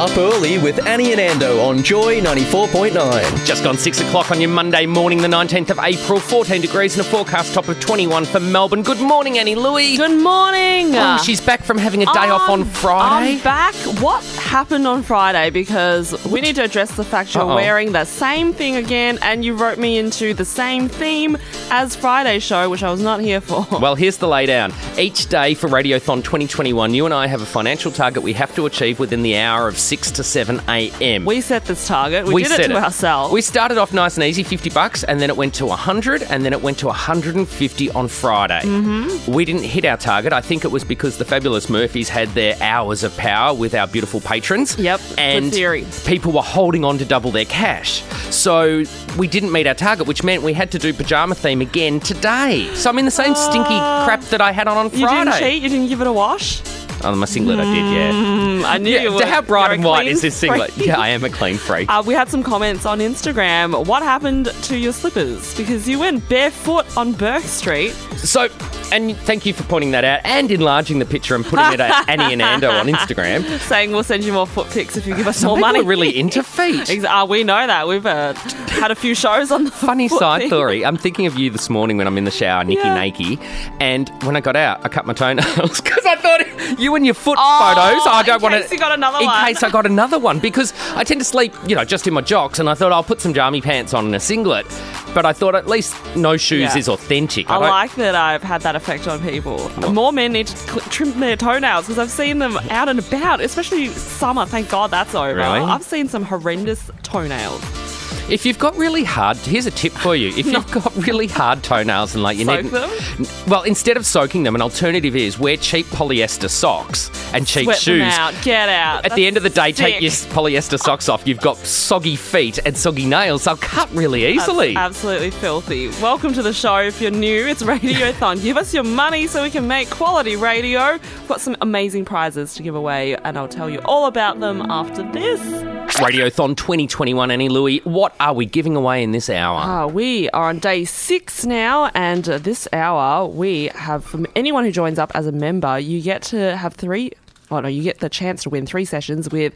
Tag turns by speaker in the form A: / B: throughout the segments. A: Up early with Annie and Ando on Joy 94.9.
B: Just gone 6 o'clock on your Monday morning, the 19th of April, 14 degrees and a forecast top of 21 for Melbourne. Good morning, Annie Louie.
C: Good morning.
B: Oh, she's back from having a day off on
C: I'm-
B: Friday.
C: I'm back. What happened on Friday? Because we need to address the fact you're
B: Uh-oh.
C: wearing the same thing again, and you wrote me into the same theme as Friday's show, which I was not here for.
B: Well, here's the laydown. Each day for Radiothon 2021, you and I have a financial target we have to achieve within the hour of 6 to 7 a.m.
C: we set this target. We, did it
B: set
C: to ourselves.
B: We started off nice and easy, 50 bucks, and then it went to 100, and then it went to 150 on Friday. Mm-hmm. We didn't hit our target. I think it was because the fabulous Murphys had their hours of power with our beautiful patrons.
C: Yep, good
B: And
C: theory.
B: people were holding on to double their cash. So we didn't meet our target, which meant we had to do pajama theme again today. So I'm in the same stinky crap that I had on on
C: Uh, you
B: Friday.
C: didn't cheat. You didn't give it a wash.
B: Oh, my singlet I did, yeah.
C: Mm, I knew you
B: yeah
C: were.
B: how bright
C: you're a
B: and white
C: clean
B: is this singlet?
C: freak.
B: Yeah, I am a clean freak.
C: Uh, we had some comments on Instagram. What happened to your slippers? Because you went barefoot on Burke Street.
B: So, and thank you for pointing that out and enlarging the picture and putting it at Annie and Ando on Instagram.
C: saying we're sending you more foot pics if you give us
B: Some
C: more
B: people
C: money.
B: are really into feet.
C: Ex- uh, we know that we've uh, had a few shows on the
B: Funny
C: foot
B: side
C: thing.
B: story. I'm thinking of you this morning when I'm in the shower, Nikki
C: Yeah.
B: Nakey, and when I got out, I cut my toenails because I thought you and your foot
C: Oh,
B: photos. I
C: in
B: don't want
C: case you got another
B: in
C: one.
B: case I got another one because I tend to sleep, you know, just in my jocks, and I thought I'll put some jammy pants on and a singlet. But I thought at least no shoes
C: Yeah.
B: is authentic.
C: I
B: don't-
C: like that I've had that effect on people. More men need to cl- trim their toenails because I've seen them out and about, especially summer. Thank God that's over.
B: Really?
C: I've seen some horrendous toenails.
B: If you've got really hard, here's a tip for you. If you've got really hard toenails and like you
C: Soak
B: need,
C: them?
B: well, instead of soaking them, an alternative is wear cheap polyester socks and cheap
C: Sweat
B: shoes.
C: them out. Get out.
B: At the end of the day, take
C: sick.
B: your polyester socks off. You've got soggy feet and soggy nails. They'll cut really easily.
C: That's absolutely filthy. Welcome to the show. If you're new, it's Radiothon. give us your money so we can make quality radio. We've got some amazing prizes to give away, and I'll tell you all about them after this.
B: Radiothon 2021, Annie Louie. What are we giving away in this hour?
C: Uh, we are on day six now, and uh, this hour we have from anyone who joins up as a member, you get to have three. Oh no, you get the chance to win three sessions with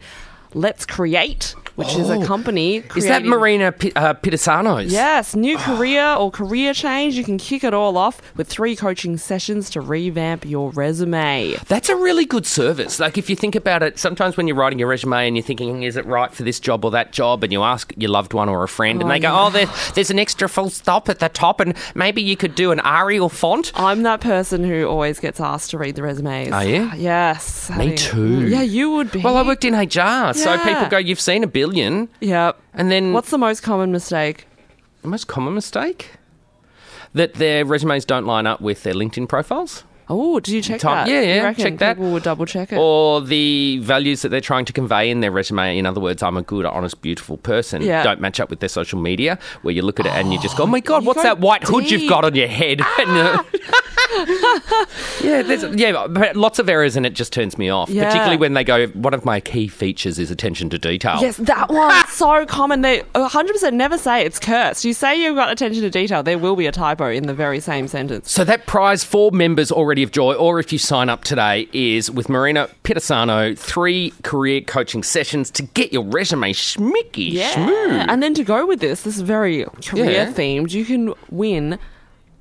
C: Let's Create, which is a company.
B: Oh. is that
C: Oh, creating-
B: Marina Ah. P- uh, Pitisano's?
C: Yes, new career or career change. You can kick it all off with three coaching sessions to revamp your resume.
B: That's a really good service. Like if you think about it, sometimes when you're writing your resume and you're thinking, is it right for this job or that job? And you ask your loved one or a friend, and they go, oh, there, there's an extra full stop at the top, and maybe you could do an Arial font.
C: I'm that person who always gets asked to read the resumes.
B: Are you?
C: Yes. I
B: Me
C: think-
B: too.
C: Yeah, you would be.
B: Well, I worked in HR, so
C: Yeah.
B: people go, you've seen a billion.
C: Yep.
B: And then
C: What's the most common mistake?
B: the most common mistake? That their resumes don't line up with their LinkedIn profiles.
C: Oh, do you check
B: Time-
C: that?
B: yeah, yeah,
C: You reckon
B: check that.
C: People would double check it.
B: Or the values that they're trying to convey in their resume. In other words, I'm a good, honest, beautiful person.
C: Yeah.
B: Don't match up with their social media, where you look at it and you just go, oh my God,
C: you
B: what's
C: go
B: that white hood you've
C: deep.
B: got on your head? And, uh, yeah, there's, yeah, but lots of errors and it just turns me off.
C: Yeah.
B: Particularly when they go, one of my key features is attention to detail.
C: Yes, that one's so common. They 100% never say it's cursed. You say you've got attention to detail, there will be a typo in the very same sentence.
B: So that prize for members already of Joy, or if you sign up today, is with Marina Pitisano, three career coaching sessions to get your resume schmicky schmoo.
C: And then to go with this, this is very career
B: Yeah.
C: themed, you can win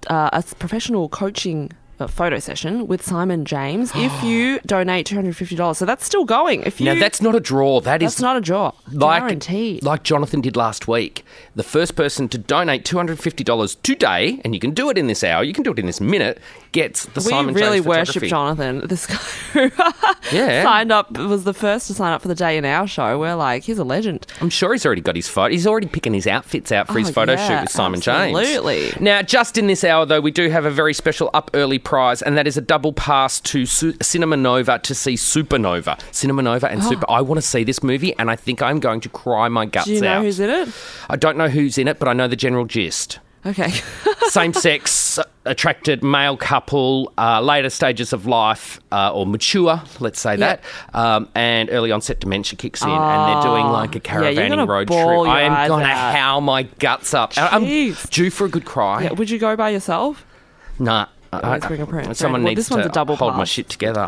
C: uh, a s- professional coaching uh, photo session with Simon James if you donate $250. So that's still going. If you
B: Now that's not a draw. That is
C: that's not a draw.
B: like
C: Guaranteed.
B: like Jonathan did last week. The first person to donate two hundred fifty dollars today, and you can do it in this hour. You can do it in this minute. Gets the
C: we
B: Simon
C: really
B: James
C: worship
B: photography.
C: Jonathan. This guy who
B: Yeah.
C: signed up was the first to sign up for the day in our show. We're like, he's a legend.
B: I'm sure he's already got his photo. He's already picking his outfits out for his
C: Oh,
B: photo
C: yeah,
B: shoot with Simon James.
C: absolutely.
B: Now, just in this hour, though, we do have a very special up early prize, and that is a double pass to Su- Cinema Nova to see Supernova. Cinema Nova
C: Oh.
B: and Super. I want to see this movie, and I think I'm going to cry my guts
C: Do you know
B: out.
C: who's in it?
B: I don't know who's in it, but I know the general gist.
C: Okay.
B: Same sex attracted male couple, uh, later stages of life uh, or mature, let's say
C: Yeah.
B: that, um, and early onset dementia kicks in, and they're doing like a
C: Ah. Yeah,
B: caravanning
C: you're gonna
B: road
C: bawl
B: trip.
C: your
B: I am
C: eyes
B: gonna
C: out.
B: howl my guts up. I- I'm
C: Jeez.
B: due for a good cry.
C: Yeah, would you go by yourself?
B: Nah. I-
C: let's bring a print.
B: Someone
C: Well,
B: needs
C: this one's
B: to
C: a double
B: hold my
C: pass.
B: shit together.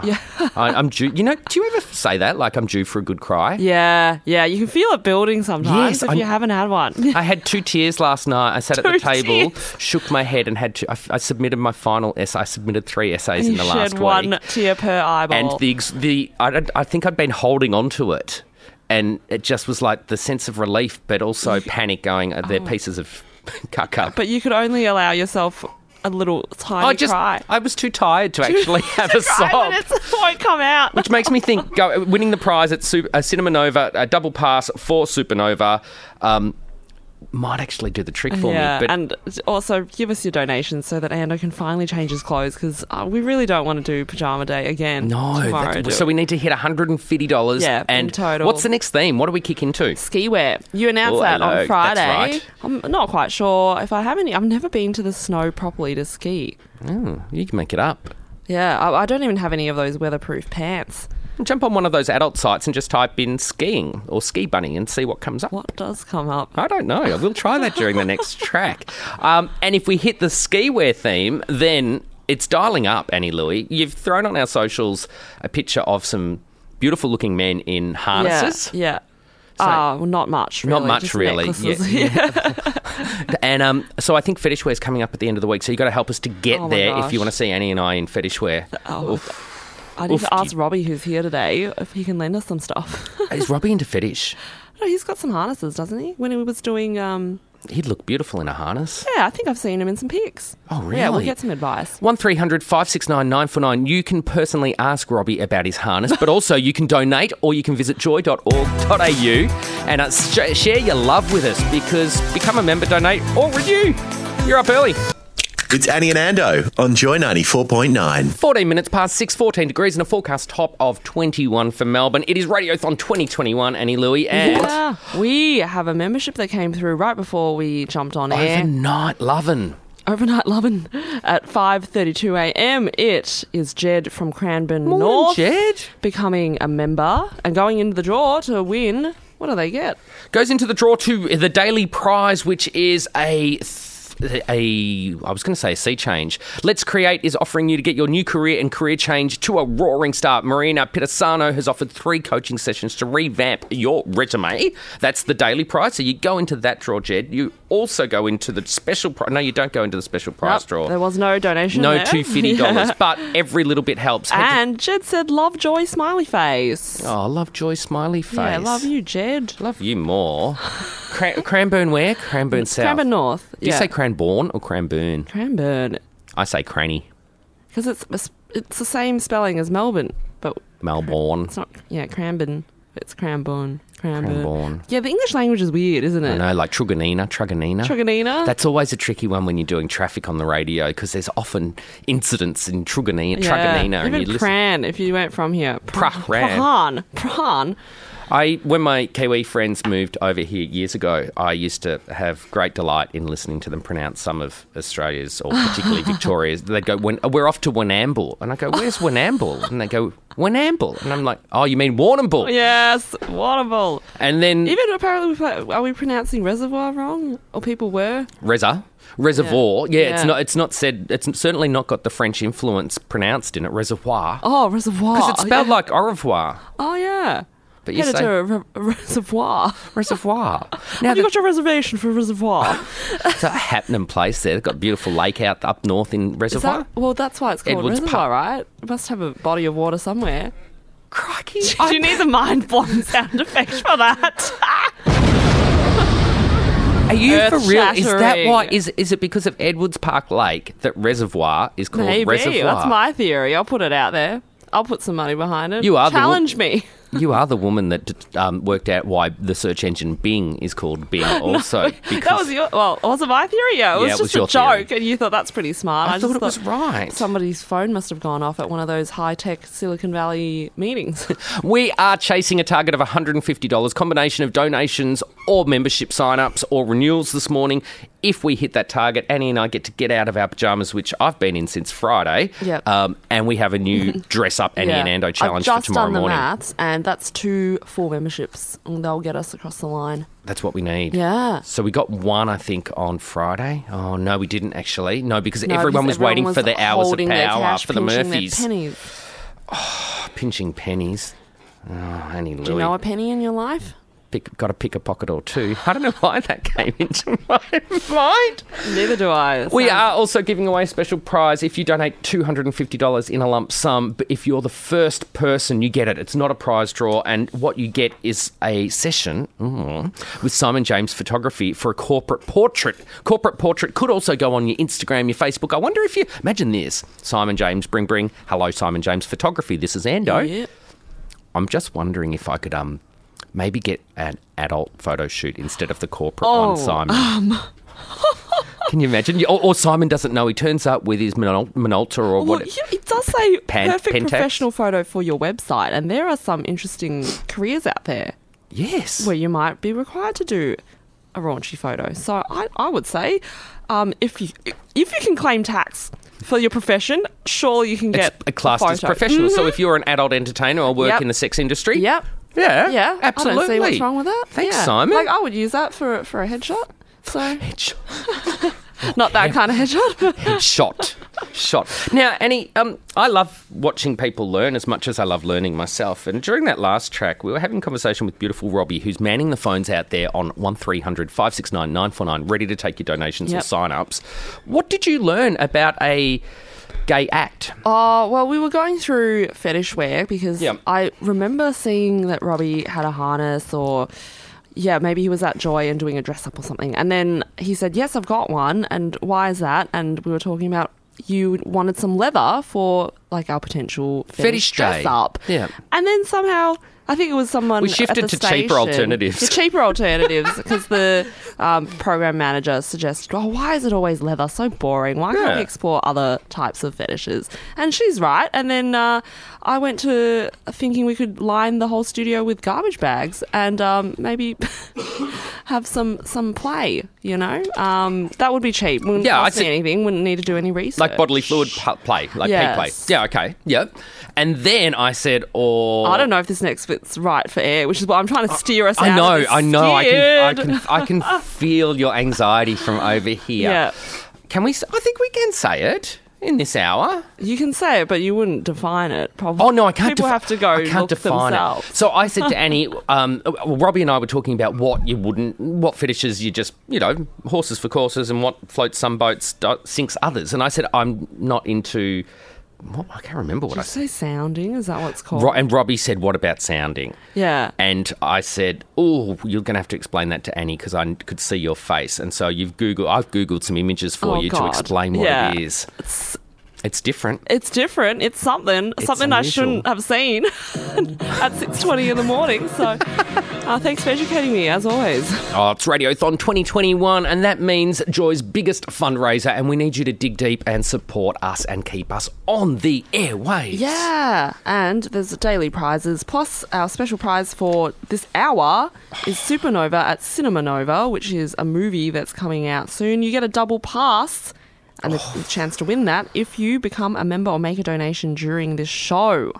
B: I, I'm due. You know, do you ever say that? Like, I'm due for a good cry?
C: Yeah, yeah. You can feel it building sometimes
B: Yes,
C: if
B: I'm-
C: you haven't had one.
B: I had two tears last night. I sat at
C: Two
B: the table,
C: tears.
B: shook my head, and had. Two, I, I submitted my final essay. I submitted three essays in
C: you
B: the
C: shed
B: last week,
C: one tear per eyeball.
B: and the ex- the I, don't- I think I'd been holding on to it, and it just was like the sense of relief, but also panic. Going, uh, they're pieces of caca.
C: Oh. but you could only allow yourself a little tiny
B: I just
C: cry.
B: I was too tired to actually have a
C: Cry
B: sob.
C: when it won't come out.
B: Which makes me think go, winning the prize at Super, uh, Cinema Nova, a double pass for Supernova, um, might actually do the trick for
C: yeah,
B: me. But
C: and also give us your donations so that Ando can finally change his clothes because uh, we really don't want to do pajama day again.
B: no,
C: tomorrow,
B: that's-
C: do
B: so we
C: we?
B: need to hit $150.
C: Yeah, in
B: and
C: total.
B: What's the next theme? What do we kick into?
C: ski wear. You announced
B: Oh,
C: that
B: hello.
C: on
B: That's
C: Friday.
B: right.
C: I'm not quite sure if I have any. I've never been to the snow properly to ski.
B: Oh, you can make it up.
C: Yeah, I, I don't even have any of those weatherproof pants.
B: Jump on one of those adult sites and just type in skiing or ski bunny and see what comes up.
C: What does come up?
B: I don't know. We'll try that during the next track. Um, and if we hit the ski wear theme, then it's dialing up, Annie Louie. You've thrown on our socials a picture of some beautiful looking men in
C: Yeah,
B: harnesses.
C: yeah. Uh, well, not much. Really.
B: Not much,
C: just
B: really.
C: necklaces.
B: Yeah. And um, so I think fetish wear is coming up at the end of the week. So you've got to help us to get
C: Oh my
B: there if
C: gosh.
B: you want to see Annie and I in fetish wear.
C: Oh, I need
B: Oof,
C: to ask
B: dee.
C: Robbie, who's here today, if he can lend us some stuff.
B: Is Robbie into fetish?
C: no, he's got some harnesses, doesn't he? When he was doing, um,
B: He'd look beautiful in a harness.
C: yeah, I think I've seen him in some pics.
B: Oh,
C: Yeah, we'll
B: really?
C: get some advice.
B: 1300 569 949. You can personally ask Robbie about his harness, but also you can donate or you can visit joy.org.au and uh, sh- share your love with us because become a member, donate, or renew. You're up early.
D: It's Annie and Ando on Joy 94.9.
B: 14 minutes past 6, 14 degrees, and a forecast top of 21 for Melbourne. It is Radiothon 2021, Annie Louie, and
C: Yeah, we have a membership that came through right before we jumped on air.
B: overnight lovin'.
C: Overnight loving at 5:32 a.m. It is Jed from Cranbourne
B: Morning,
C: North
B: Jed.
C: becoming a member and going into the draw to win. What do they get?
B: goes into the draw to the daily prize, which is a. Th- a, I was going to say a sea change. Let's Create is offering you to get your new career and career change to a roaring start. Marina Pitasano has offered three coaching sessions to revamp your resume. That's the daily prize. So you go into that draw, Jed. You also go into the special prize. No, you don't go into the special prize
C: Nope,
B: draw.
C: There was no donation.
B: no
C: there.
B: two fifty dollars,
C: Yeah.
B: but every little bit helps. Had
C: And Jed said, "Love joy smiley face."
B: to- oh, love joy smiley face.
C: Yeah, love you, Jed.
B: Love you more. Cran- Cranbourne where? Cranbourne South.
C: Cranbourne North.
B: Do you
C: yeah.
B: say Cranbourne or Cranbourne?
C: Cranbourne?
B: I say Cranny.
C: Because it's it's the same spelling as Melbourne, but
B: Melbourne.
C: it's not. Yeah, Cranbourne. It's Cranbourne. Cranbourne.
B: Cranbourne.
C: Yeah, the English language is weird, isn't
B: I
C: it?
B: know, like Truganina, Truganina.
C: Truganina?
B: That's always a tricky one when you're doing traffic on the radio because there's often incidents in Truganina, Truganina,
C: Yeah.
B: and
C: Even
B: you listen.
C: Pran, if you went from here. Pr-
B: Pran.
C: Prahan. Prahan.
B: I, when my Kiwi friends moved over here years ago, I used to have great delight in listening to them pronounce some of Australia's, or particularly Victoria's. They'd go, "Wen- "We're off to Winamble," and I go, "Where's Winamble?" And they go, "Winamble," and I'm like, "Oh, you mean Warrnambool?"
C: Yes, Waterbull.
B: And then
C: Even apparently, we play, are we pronouncing reservoir wrong? Or people were?
B: Reza. Reservoir, yeah.
C: Yeah.
B: it's
C: Yeah.
B: not. It's not said. It's certainly not got the French influence pronounced in it. Reservoir,
C: Oh, reservoir.
B: because it's spelled
C: yeah.
B: like au revoir,
C: Oh, yeah.
B: but you
C: Headed to
B: say
C: a re- a reservoir.
B: reservoir. Now
C: Have you
B: that,
C: got your reservation for reservoir?
B: it's a happening place there. They've got a beautiful lake out up north in
C: Is
B: Reservoir.
C: that, well, that's why it's called
B: Edwards
C: reservoir,
B: Park.
C: right? It must have a body of water somewhere.
B: Crikey!
C: Do you need the mind blowing sound effect for that?
B: Are you for real? Is that why?
C: Earth-shattering.
B: Is is it because of Edwards Park Lake that Reservoir is called
C: Maybe
B: Reservoir?
C: that's my theory. I'll put it out there. I'll put some money behind it.
B: You are the wo-
C: challenge me.
B: You are the woman that um, worked out why the search engine Bing is called Bing. Also, because
C: That was your well, was it my theory? Yeah, it was
B: Yeah, it was
C: just
B: your
C: a joke,
B: theory.
C: and you thought that's pretty smart.
B: I
C: just
B: thought it was right.
C: Somebody's phone must have gone off at one of those high tech Silicon Valley meetings.
B: We are chasing a target of $150, combination of donations or membership sign-ups or renewals this morning. If we hit that target, Annie and I get to get out of our pajamas, which I've been in since Friday.
C: Yep.
B: Um, and we have a new dress up Annie and Ando challenge
C: I've just
B: for tomorrow
C: done the
B: morning.
C: maths, and that's two full memberships, and they'll get us across the line.
B: That's what we need.
C: Yeah.
B: So we got one, I think, on Friday. Oh no, we didn't actually. No, because
C: No,
B: everyone was
C: because
B: waiting for the hours of
C: holding their
B: power
C: cash,
B: for the
C: pinching their
B: Murphys,
C: pennies.
B: pinching pennies. Oh, Annie Louie.
C: Do you know a penny in your life?
B: pick, got to pick a pocket or two. I don't know why that came into my mind.
C: Neither do I.
B: We
C: so-
B: are also giving away a special prize if you donate $250 in a lump sum. But if you're the first person, you get it. It's not a prize draw. And what you get is a session mm, with Simon James Photography for a corporate portrait. Corporate portrait could also go on your Instagram, your Facebook. I wonder if you imagine this Simon James, bring, bring. Hello, Simon James Photography. This is Ando.
C: Yep.
B: I'm just wondering if I could um maybe get an adult photo shoot instead of the corporate
C: Oh,
B: one, Simon. Can you imagine? Or, or Simon doesn't know. He turns up with his Minol- Minolta or
C: Well,
B: what?
C: yeah, it does say
B: Pan-
C: perfect
B: Pentax?
C: professional photo for your website, and there are some interesting careers out there
B: Yes.
C: where you might be required to do a raunchy photo. So I, I would say, um, if you if you can claim tax for your profession, surely you can
B: It's
C: get
B: a classed as
C: photo. Mm-hmm.
B: professional. So if you're an adult entertainer or work
C: Yep.
B: in the sex industry,
C: Yep.
B: yeah,
C: Yeah,
B: absolutely.
C: I don't see what's wrong with that.
B: Thanks,
C: Yeah.
B: Simon.
C: Like oh. I would use that for for a headshot. So
B: Headshot.
C: not that kind of headshot.
B: shot shot now annie um, i love watching people learn as much as i love learning myself and during that last track we were having a conversation with beautiful robbie who's manning the phones out there on 1300 569 949 ready to take your donations or
C: Yep.
B: sign-ups what did you learn about a gay act
C: Oh, well, we were going through fetish wear because
B: Yep.
C: I remember seeing that Robbie had a harness or. Yeah, maybe he was at Joy and doing a dress up or something. And then he said, Yes, I've got one. And why is that? And we were talking about you wanted some leather for like our potential fetish,
B: Fetish
C: dress
B: day.
C: up.
B: Yeah.
C: And then somehow, I think it was someone.
B: We
C: at
B: shifted
C: the
B: to cheaper
C: station-
B: alternatives.
C: The cheaper alternatives because the um, program manager suggested, oh, why is it always leather? So boring. Why can't
B: Yeah.
C: we explore other types of fetishes? And she's right. And then uh, I went to thinking we could line the whole studio with garbage bags and um, maybe have some some play. You know, um, that would be cheap. Wouldn't
B: Yeah,
C: cost
B: I'd
C: me
B: say-
C: anything. Wouldn't need to do any research.
B: like bodily fluid pu- play like
C: Yes.
B: pee play yeah okay yep and then i said or
C: I don't know if this next bit's right for air, which is what I'm trying to steer us.
B: I
C: out of
B: know,
C: this
B: I know. I can, I
C: steered.
B: can, I can feel your anxiety from over here.
C: Yeah.
B: Can we? s- I think we can say it in this hour.
C: You can say it, but you wouldn't define it. Probably.
B: Oh no, I can't.
C: People
B: defi-
C: have to go
B: I can't
C: look
B: define
C: themselves.
B: it. So I said to Annie, um, uh, Robbie and I were talking about what you wouldn't, what fetishes you just, you know, horses for courses, and what floats some boats, do- sinks others. And I said, I'm not into. What, I can't remember what I
C: Did you say sounding? Is that what it's called?
B: Ro- and Robbie said, "What about sounding?"
C: Yeah.
B: And I said, "Oh, you're going to have to explain that to Annie because I could see your face." And so you've googled. I've googled some images for
C: Oh,
B: you to
C: God.
B: explain what
C: Yeah.
B: it is. It's, different.
C: It's different. It's something. something I
B: unusual.
C: shouldn't have seen at six twenty in the morning. So, uh, thanks for educating me as always.
B: Oh, it's Radiothon 2021, and that means Joy's biggest fundraiser. And we need you to dig deep and support us and keep us on the airwaves.
C: Yeah, and there's daily prizes. Plus, our special prize for this hour is Supernova at Cinema Nova, which is a movie that's coming out soon. You get a double pass and a
B: Oh.
C: chance to win that if you become a member or make a donation during this show.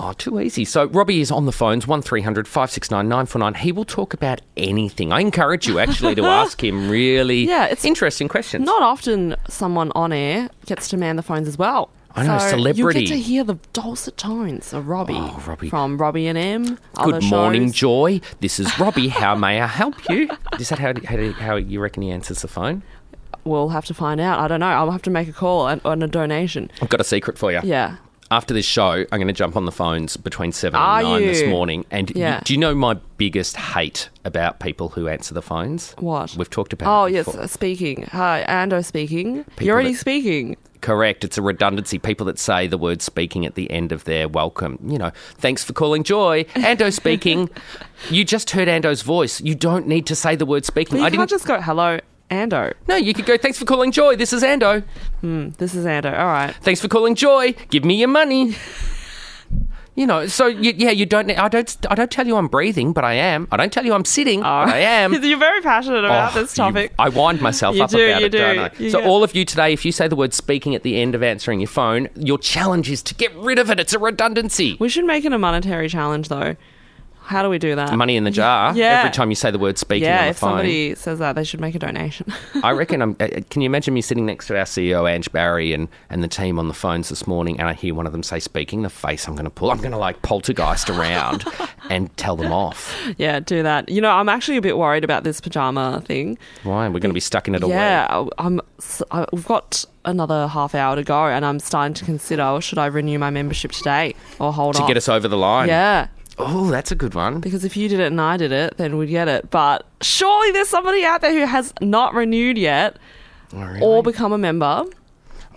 B: Oh, too easy. So Robbie is on the phones, 1300 569 949. He will talk about anything. I encourage you actually to ask him really
C: Yeah, it's-
B: interesting questions.
C: Not often someone on air gets to man the phones as well.
B: I know,
C: You
B: celebrity.
C: get to hear the dulcet tones of Robbie,
B: Oh, Robbie.
C: from Robbie and M. Good
B: Good
C: other
B: morning,
C: shows.
B: Joy. This is Robbie. How may I help you? Is that how, how, how you reckon he answers the phone?
C: We'll have to find out. I don't know. I'll have to make a call and, and a donation.
B: I've got a secret for you.
C: Yeah.
B: After this show, I'm going to jump on the phones between 7
C: Are
B: and 9 this
C: you?
B: morning. And you-
C: Yeah.
B: do you know my biggest hate about people who answer the phones?
C: What?
B: We've talked about
C: Oh
B: it
C: yes,
B: before.
C: uh, speaking. Hi, Ando speaking. You're already
B: that-
C: speaking.
B: Correct. It's a redundancy. People that say the word speaking at the end of their welcome. You know, thanks for calling Joy. Ando speaking. you just heard Ando's voice. You don't need to say the word speaking.
C: But you
B: I
C: can't
B: didn't.
C: just go, hello, Ando.
B: No, you could go, thanks for calling Joy. This is Ando.
C: This is Ando. All right.
B: Thanks for calling Joy. Give me your money. You know, so you, yeah, you don't. I don't. I don't tell you I'm breathing, but I am. I don't tell you I'm sitting, but I am.
C: You're very passionate about
B: Oh,
C: this topic.
B: you- I wind myself
C: You
B: up
C: do,
B: about
C: you
B: it, don't
C: do.
B: I?
C: You
B: so,
C: get-
B: all of you today, if you say the word speaking at the end of answering your phone, your challenge is to get rid of it. It's a redundancy.
C: we should make it a monetary challenge, though. How do we do that?
B: Money in the jar
C: Yeah.
B: every time you say the word speaking on
C: Yeah,
B: the
C: if
B: phone.
C: somebody says that, they should make a donation.
B: I reckon I'm. uh, uh, Can you imagine me sitting next to our CEO, Ange Barry, and, and the team on the phones this morning, and I hear one of them say, speaking, the face I'm going to pull, I'm going to like poltergeist around and tell them off.
C: yeah, do that. You know, I'm actually a bit worried about this pajama thing.
B: Why? We're going to be stuck in it all
C: Yeah, I- I'm. s- I- We've got another half hour to go, and I'm starting to consider well, should I renew my membership today or hold
B: to
C: on
B: get us over the line.
C: Yeah,
B: Oh, that's a good one.
C: because if you did it and I did it, then we'd get it. But surely there's somebody out there who has not renewed yet or become a member.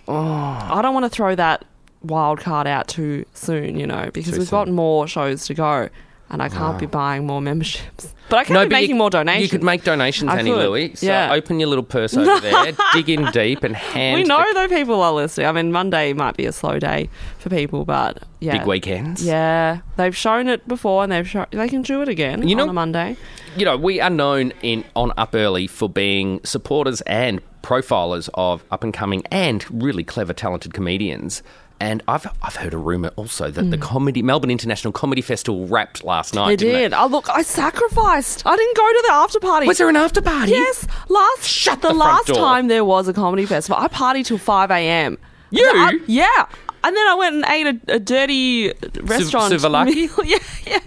B: Oh.
C: I don't want to throw that wild card out too soon, you know, because
B: Too
C: we've got
B: soon.
C: more shows to go, and I can't be buying more memberships. But I can be
B: but
C: making
B: you,
C: more donations.
B: You could make donations,
C: I
B: Annie
C: could,
B: Louie. So
C: yeah.
B: open your little purse over there, dig in deep, and hand.
C: we know
B: the
C: though people are listening. I mean, Monday might be a slow day for people, but yeah,
B: big weekends.
C: Yeah, they've shown it before, and they've shown they can do it again
B: You know-
C: on a Monday.
B: You know, we are known in on Up Early for being supporters and profilers of up and coming and really clever, talented comedians. And I've I've heard a rumor also that the comedy Melbourne International Comedy Festival wrapped last night.
C: Hmm. They
B: didn't
C: did. Oh look, I sacrificed. I didn't go to the after party.
B: Was there an after party?
C: Yes, last
B: Shut
C: the,
B: the front
C: last
B: door.
C: time there was a comedy festival. I partied till five a.m.
B: You?
C: And I- yeah. And then I went and ate a, a dirty restaurant.
B: Sivalaki?
C: meal. yeah, yeah.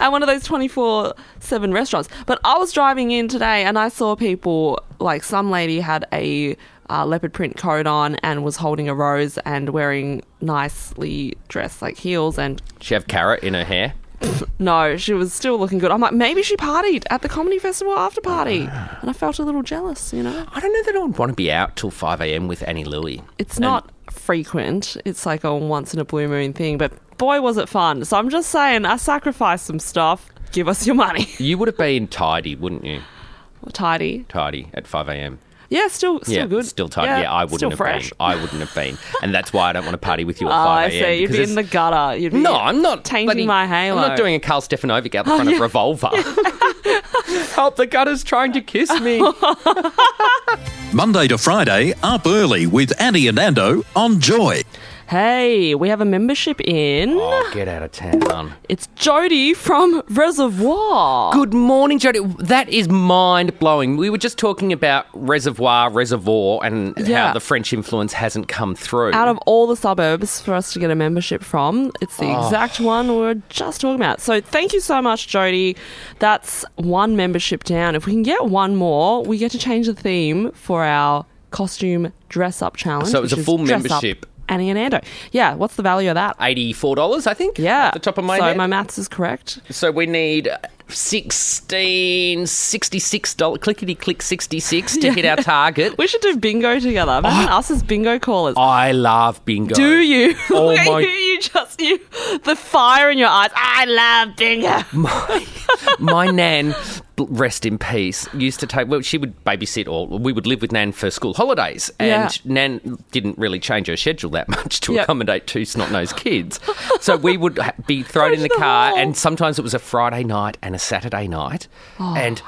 C: At one of those 24 7 restaurants. But I was driving in today and I saw people, like some lady had a uh, leopard print coat on and was holding a rose and wearing nicely dressed, like heels and
B: She have carrot in her hair.
C: no, she was still looking good. I'm like, maybe she partied at the comedy festival after party.
B: Uh.
C: And I felt a little jealous, you know?
B: I don't know that I would want to be out till five a.m. with Annie Louie.
C: It's not frequent, it's like a once in a blue moon thing, but boy, was it fun. So I'm just saying, I sacrificed some stuff. Give us your money.
B: You would have been tidy, wouldn't you?
C: Tidy.
B: Tidy at five a.m.
C: Yeah, still, still
B: yeah,
C: good.
B: Still tight. Yeah, I wouldn't
C: still
B: have
C: fresh.
B: been. I wouldn't have been, and that's why I don't want to party with you at
C: Oh, I
B: five a.m.
C: see. You'd
B: because
C: be in the
B: it's-
C: gutter. You'd be
B: no, I'm not
C: tainting
B: bloody-
C: my halo. Oh,
B: I'm not doing a Carl Stefanovic out the front of Revolver. Help! The gutter's trying to kiss me.
C: Oh,
D: Monday to Friday, up early with Annie and Ando on Joy.
C: Hey, we have a membership in.
B: oh, get out of town.
C: It's Jody from Reservoir.
B: Good morning, Jody. That is mind blowing. We were just talking about Reservoir, Reservoir, and
C: Yeah.
B: how the French influence hasn't come through.
C: out of all the suburbs for us to get a membership from. It's the
B: Ah.
C: exact one we were just talking about. So thank you so much, Jody. That's one membership down. If we can get one more, we get to change the theme for our costume dress up challenge.
B: So it's
C: which
B: a
C: is
B: full
C: dress up
B: membership.
C: Annie and Ando. Yeah, what's the value of that?
B: eighty-four dollars, I think.
C: Yeah.
B: at the top of my
C: so
B: head.
C: my maths is correct.
B: So we need 16, 66 dollars, clickety click 66 to hit our target.
C: We should do bingo
B: Oh.
C: together. Imagine us as bingo callers.
B: I love bingo.
C: Do you?
B: Oh
C: Look at
B: my-
C: you, you just you the fire in your eyes. I love bingo.
B: My nan, bl- rest in peace, used to take, well, she would babysit or we would live with nan for school holidays.
C: Yeah.
B: And nan didn't really change her schedule that much to
C: Yep.
B: accommodate two snot nosed kids. so we would ha- be thrown in the,
C: the
B: car,
C: wall.
B: and sometimes it was a Friday night and a Saturday night. And.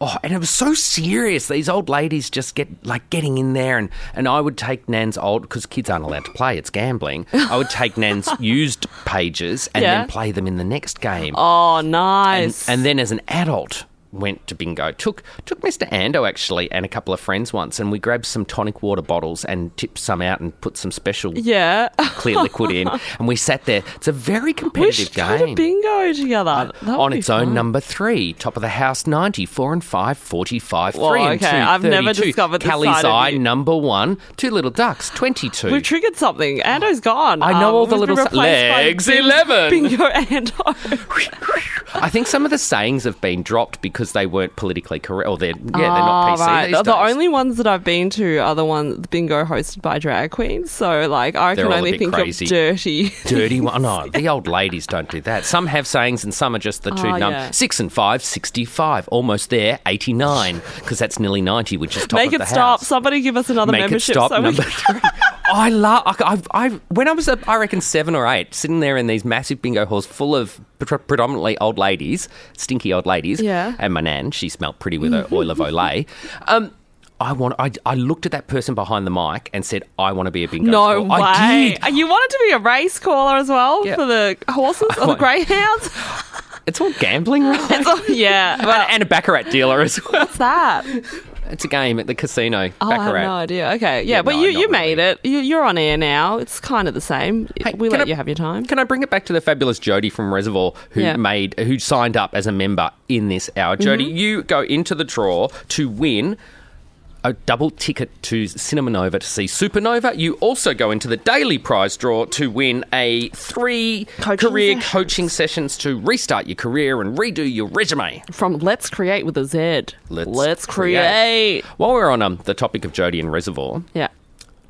B: Oh, and it was so serious. These old ladies just get like getting in there, and, and I would take Nan's old because kids aren't allowed to play; it's gambling. I would take Nan's used pages and
C: Yeah.
B: then play them in the next game.
C: Oh,
B: And,
C: nice.
B: and then as an adult, went to bingo. Took took Mr. Ando actually and a couple of friends once, and we grabbed some tonic water bottles and tipped some out and put some special
C: yeah.
B: clear liquid in, and we sat there. It's a very
C: We
B: competitive
C: should go to
B: game.
C: bingo together. That would
B: on
C: be
B: its own,
C: fun.
B: number three, top of the house, 90, four and five, 45,
C: Whoa,
B: three and
C: okay,
B: two,
C: I've never
B: 32.
C: discovered this
B: Callie's
C: side of
B: Eye,
C: you.
B: number one, two little ducks, 22.
C: We've triggered something. Ando's gone. Um,
B: I know all the
C: we've been
B: little s-
C: replaced by
B: legs,
C: bin-
B: 11.
C: Bingo Ando.
B: I think some of the sayings have been dropped because they weren't politically correct, or they're yeah, they're not PC.
C: Ah, right.
B: these
C: The
B: days.
C: only ones that I've been to are the ones bingo hosted by drag queens. So like I
B: They're
C: can
B: all a
C: only
B: bit
C: think
B: crazy.
C: of dirty.
B: dirty one. No, the old ladies don't do that. Some have sayings and some are just the two
C: Oh,
B: num
C: yeah.
B: Six and five, 65. Almost there, 89, because that's nearly 90, which is top
C: Make
B: of
C: it
B: the
C: stop.
B: house.
C: Somebody give us another
B: Make
C: membership.
B: it stop.
C: so we
B: number
C: can-
B: three. I love. I, I, I when I was, a, I reckon seven or eight, sitting there in these massive bingo halls full of pre- predominantly old ladies, stinky old ladies.
C: Yeah.
B: And my nan, she smelt pretty with her oil of Olay. Um, I want. I, I looked at that person behind the mic and said, "I want to be a bingo."
C: No
B: caller." I
C: way. Uh,
B: did.
C: You wanted to be a race caller as well
B: Yeah.
C: for the horses or the
B: want-
C: greyhounds?
B: It's all gambling, right?
C: Oh, yeah. Well,
B: and, and a baccarat dealer as well.
C: what's that?
B: It's a game at the casino.
C: Oh, I
B: baccarat.
C: have no idea. Okay. Yeah,
B: Yeah,
C: but
B: no,
C: you,
B: not
C: you made
B: really.
C: it. You, you're on air now. It's kind of the same.
B: Hey,
C: we
B: can
C: let
B: I-
C: you have your time.
B: Can I bring it back to the fabulous Jody from Reservoir who
C: Yeah. Mm-hmm.
B: made who signed up as a member in this hour? Jody, you go into the draw to win a double ticket to Cinema Nova to see Supernova. You also go into the daily prize draw to win a three
C: Coaching
B: career
C: sessions.
B: coaching sessions to restart your career and redo your resume.
C: From Let's Create with a Z.
B: Let's
C: create.
B: Create. While we're on um, the topic of Jody and Reservoir,
C: Yeah.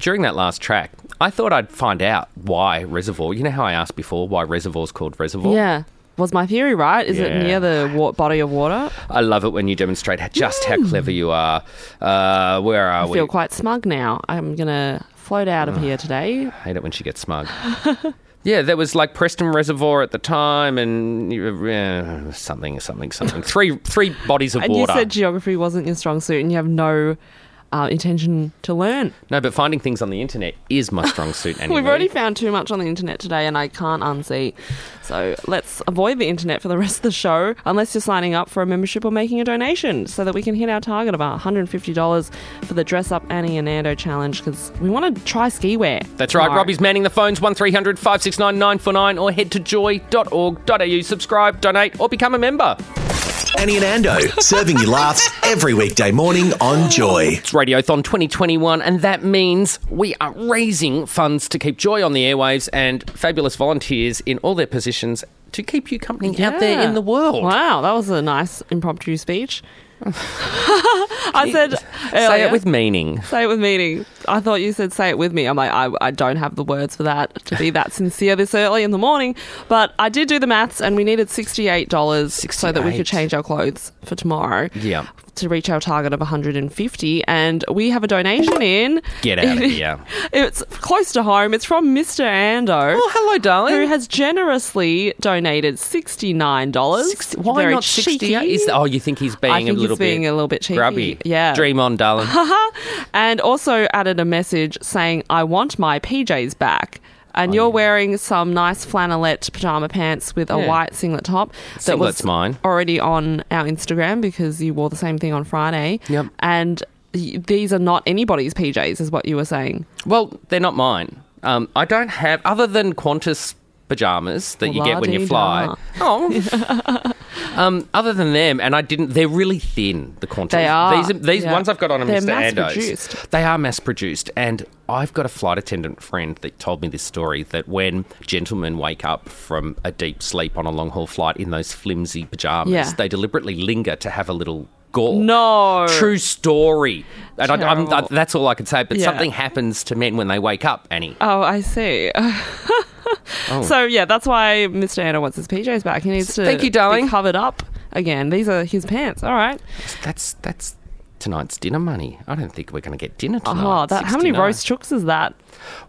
B: during that last track, I thought I'd find out why Reservoir. You know how I asked before why Reservoir's called Reservoir?
C: Yeah. Was my theory right? Is it
B: Oh. Yeah.
C: near the wa- body of water?
B: I love it when you demonstrate h- just how clever you are. Uh, where are
C: Mm. I
B: we?
C: feel quite smug now. I'm going to float out of here today.
B: I hate it when she gets smug. yeah, there was like Preston Reservoir at the time and uh, something, something, something. Three three bodies of
C: And
B: water.
C: you said geography wasn't your strong suit and you have no uh, intention to learn.
B: no, but finding things on the internet is my strong suit anyway.
C: We've already found too much on the internet today, and I can't unsee. So let's avoid the internet for the rest of the show, unless you're signing up for a membership or making a donation, so that we can hit our target of about $150 for the Dress Up Annie and Nando challenge, because we want to try ski wear.
B: That's right.
C: tomorrow.
B: Robbie's manning the phones 1300 569 949 or head to joy.org.au. Subscribe, donate, or become a member.
D: Annie and Ando, serving you laughs every weekday morning on Joy.
B: It's Radiothon 2021, and that means we are raising funds to keep joy on the airwaves and fabulous volunteers in all their positions to keep you company out there
C: Yeah.
B: in the world.
C: Wow, that was a nice impromptu speech. I said,
B: Say
C: earlier-
B: it with meaning.
C: Say it with meaning. I thought you said say it with me. I'm like, I, I don't have the words for that to be that sincere this early in the morning. But I did do the maths and we needed $68 so that we could
B: 68.
C: change our clothes for tomorrow.
B: Yeah.
C: To reach our target of 150. And we have a donation in.
B: Get out of here.
C: It's close to home. It's from Mr. Ando.
B: Oh, hello,
C: Who
B: darling.
C: has generously donated $69.
B: Why
C: Very
B: not
C: cheeky.
B: 60? Is oh, you think he's being
C: I think
B: a little
C: he's being
B: bit
C: a little bit cheeky.
B: grubby?
C: Yeah.
B: Dream on, darling.
C: and also added a message saying, I want my PJs back.
B: Oh,
C: And you're wearing some nice flannelette pajama pants with a
B: Yeah.
C: white singlet top that was
B: Singlet's mine.
C: already on our Instagram because you wore the same thing on Friday.
B: Yep.
C: And y- these are not anybody's PJs, is what you were saying.
B: Well, they're not mine. Um, I don't have, other than Qantas pajamas that you get when you fly. Oh. um, other than them, and I didn't. They're really thin. The Qantas.
C: They are,
B: These, these
C: yeah.
B: ones I've got on are
C: They're
B: Mr. Ando's.
C: mass-produced.
B: They are mass produced, and I've got a flight attendant friend that told me this story that when gentlemen wake up from a deep sleep on a long haul flight in those flimsy pajamas,
C: Yeah.
B: they deliberately linger to have a little. Gore.
C: No.
B: True story. And I, I'm, I,
C: Terrible.
B: that's all I could say. But
C: Yeah.
B: something happens to men when they wake up, Annie.
C: Oh, I see. So, yeah, that's why Mr. Anna wants his PJs back. He needs to
B: Oh. Thank you,
C: be
B: darling.
C: covered up again. These are his pants. All right.
B: That's that's tonight's dinner money. I don't think we're going to get dinner tonight.
C: Oh, that, how many
B: 69.
C: roast chooks is that?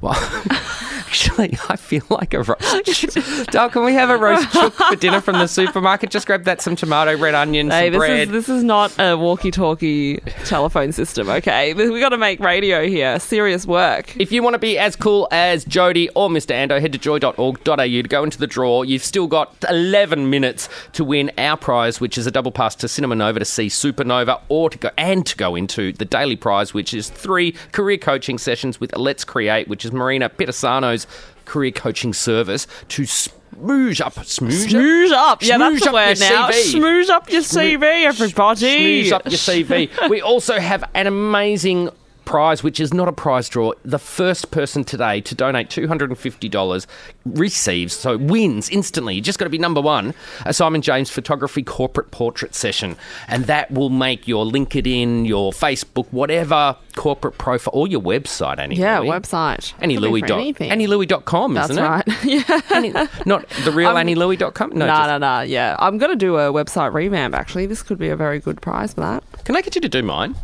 B: Well, actually, I feel like a roast. chook. Dal, can we have a roast chook for dinner from the supermarket? Just grab that, some tomato, red onion,
C: Hey,
B: some
C: this
B: bread.
C: is this is not a walkie-talkie telephone system, okay? We got to make radio here, serious work.
B: If you want to be as cool as Jody or Mr. Ando, head to joy.org.au to go into the draw. You've still got 11 minutes to win our prize, which is a double pass to Cinema Nova to see Supernova, or to go and to go into the daily prize, which is three career coaching sessions with Let's Create, which is Marina Pitasano's career coaching service to smooge up, smooge, up-
C: Smooze up, yeah,
B: Smooze
C: that's the
B: up your
C: word now.
B: CV.
C: Smooze up your CV, everybody.
B: Smooze up your CV. we also have an amazing prize, which is not a prize draw. The first person today to donate $250 receives, so wins instantly. You just got to be number one, a Simon James photography corporate portrait session. And that will make your LinkedIn, your Facebook, whatever corporate profile, or your website, Annie.
C: Yeah,
B: Louie.
C: website.
B: Annie
C: Could be
B: Louie
C: for
B: dot,
C: anything.
B: AnnieLouie.com,
C: That's
B: isn't it?
C: right. yeah. Um,
B: Annie, not the real AnnieLouie.com? No,
C: No, nah,
B: just-
C: nah, nah. Yeah, I'm gonna do a website revamp. Actually, this could be a very good prize for that.
B: Can I get you to do mine?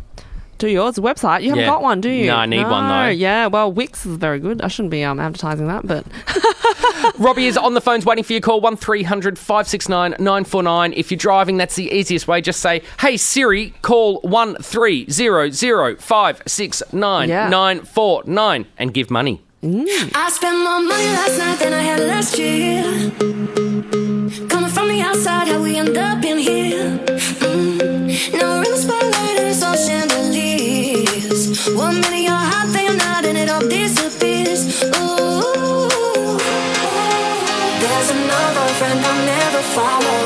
C: Do yours website? You haven't
B: Yeah.
C: got one, do you?
B: No, I need one, though.
C: Yeah, well, Wix is very good. I shouldn't be um, advertising that, but
B: Robbie is on the phones waiting for your call, 1300 569 949. If you're driving, that's the easiest way. Just say, hey Siri, call 1300 569
C: Yeah.
B: 949 and give money.
E: I spent more money last night than I had last year. Coming from the outside, how we end up in here. Mm. Now we're in the spotlight, and it's all chandeliers. One minute you're hot, then you're not, and it all disappears. Ooh. There's another friend I'll never follow.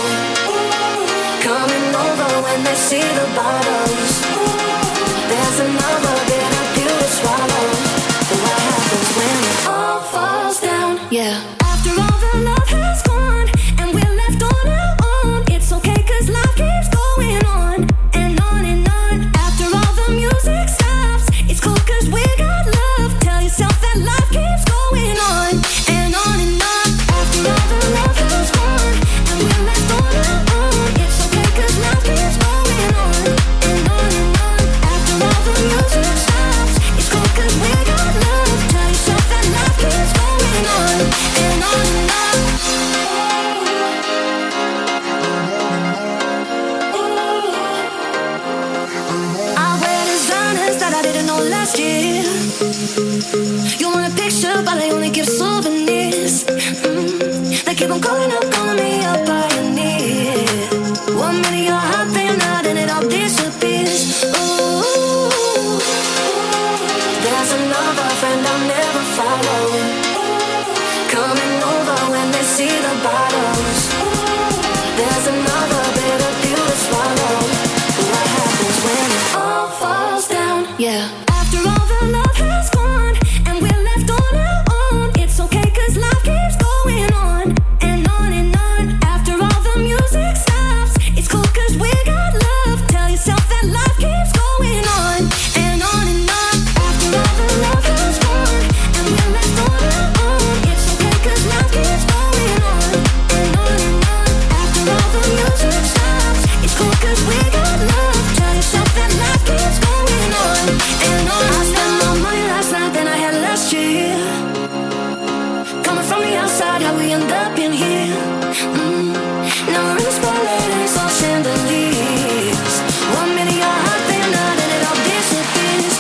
E: Coming over when they see the bottles. There's another bitter pill to swallow. But what happens when it all falls down? Yeah. After all the love has gone and we're left on our own, it's okay 'cause life keeps going on and on and on. After all the music stops, it's cool 'cause we got love. Tell yourself that life keeps going on and on and on. After all the love has gone and we're left on our own, it's okay 'cause life keeps going on and on and on. After all the music stops, it's cool 'cause we got love. Tell yourself that life keeps going on and on and on. I wear designers that I didn't know last year. You want a picture, but they only give souvenirs. Mm. They keep on calling up, calling me a pioneer. One minute you're hot, then you're not, and it all disappears. Ooh. There's another friend I'll never follow. Coming over when they see the bottles. There's another bitter pill to swallow. What happens when it all falls down? Yeah. After all the love has gone and we're left on our own, it's okay 'cause life keeps going on and on and on. After all the music stops, it's cool 'cause we got love. Tell yourself that life keeps going on and on and on. After all the love has gone and we're left on our own, it's okay 'cause life keeps going on and on and on. After all the music stops, it's cool 'cause we got love. Tell yourself that life keeps going on and on. I spent more money last night than I had last year. Coming from the outside, how we end up in here. Mm. Now we're in the spotlight and it's all chandeliers. One minute you're hot, then you're not, and it all disappears.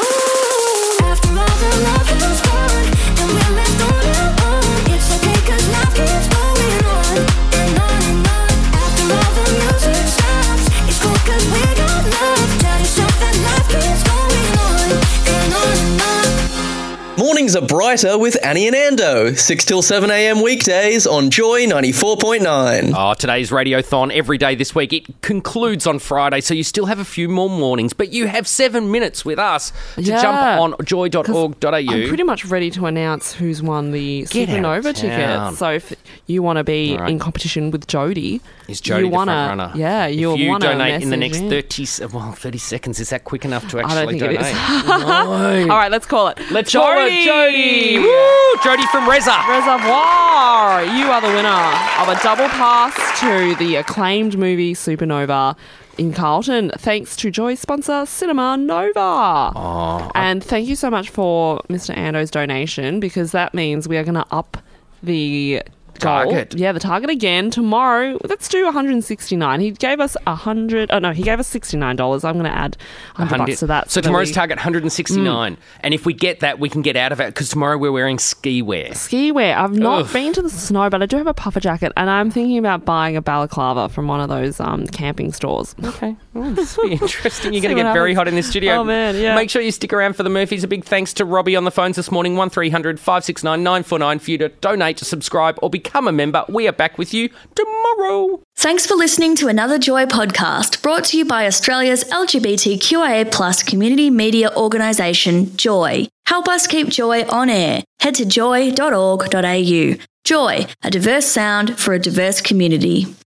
E: Ooh. After all the love is gone, and we're left on our own. It's okay 'cause life keeps going on and on and on. After all the music stops, it's cool 'cause we got love. Tell yourself that life keeps going on and on and on.
A: Mornings are brighter with Annie and Ando, 6 till 7 a.m. weekdays on Joy 94.9.
B: Oh, today's Radiothon every day this week. It concludes on Friday, so you still have a few more mornings, but you have seven minutes with us to
C: Yeah.
B: jump on joy.org.au.
C: I'm pretty much ready to announce who's won the
B: Get out of
C: Supernova
B: town.
C: ticket. So if you want to be
B: Alright.
C: in competition with Jody,
B: Is Jody
C: you
B: the front
C: wanna,
B: runner?
C: Yeah,
B: If
C: you'll
B: you
C: want to
B: donate in the next thirty se- well thirty seconds. Is that quick enough to
C: don't
B: actually
C: think it
B: donate?
C: is.
B: No.
C: All right, let's call it.
B: let's call her Jody. Woo! Jody from Reza.
C: Reservoir. You are the winner of a double pass to the acclaimed movie Supernova in Carlton, thanks to Joy's sponsor Cinema Nova. and thank you so much for Mr. Ando's donation because that means we are going to up the goal.
B: Target.
C: Yeah, the target again tomorrow. Let's do 169. He gave us 100. Oh no, he gave us 69 dollars. I'm going to add 100 bucks to that.
B: so
C: that
B: tomorrow's
C: we-
B: target
C: Mm.
B: 169, and if we get that, we can get out of it because tomorrow we're wearing ski wear.
C: ski wear. I've not
B: Ugh.
C: been to the snow, but I do have a puffer jacket, and I'm thinking about buying a balaclava from one of those um, camping stores. Okay.
B: It's be interesting. You're going
C: See
B: to get
C: what
B: very
C: happens.
B: hot in this studio.
C: Oh, man, yeah.
B: Make sure you stick around for the Murphys. A big thanks to Robbie on the phones this morning. One 569 949 for you to donate, to subscribe, or become. become a member. We are back with you tomorrow.
F: Thanks for listening to another Joy podcast brought to you by Australia's LGBTQIA plus community media organisation, Joy. Help us keep Joy on air. Head to joy.org.au. Joy, a diverse sound for a diverse community.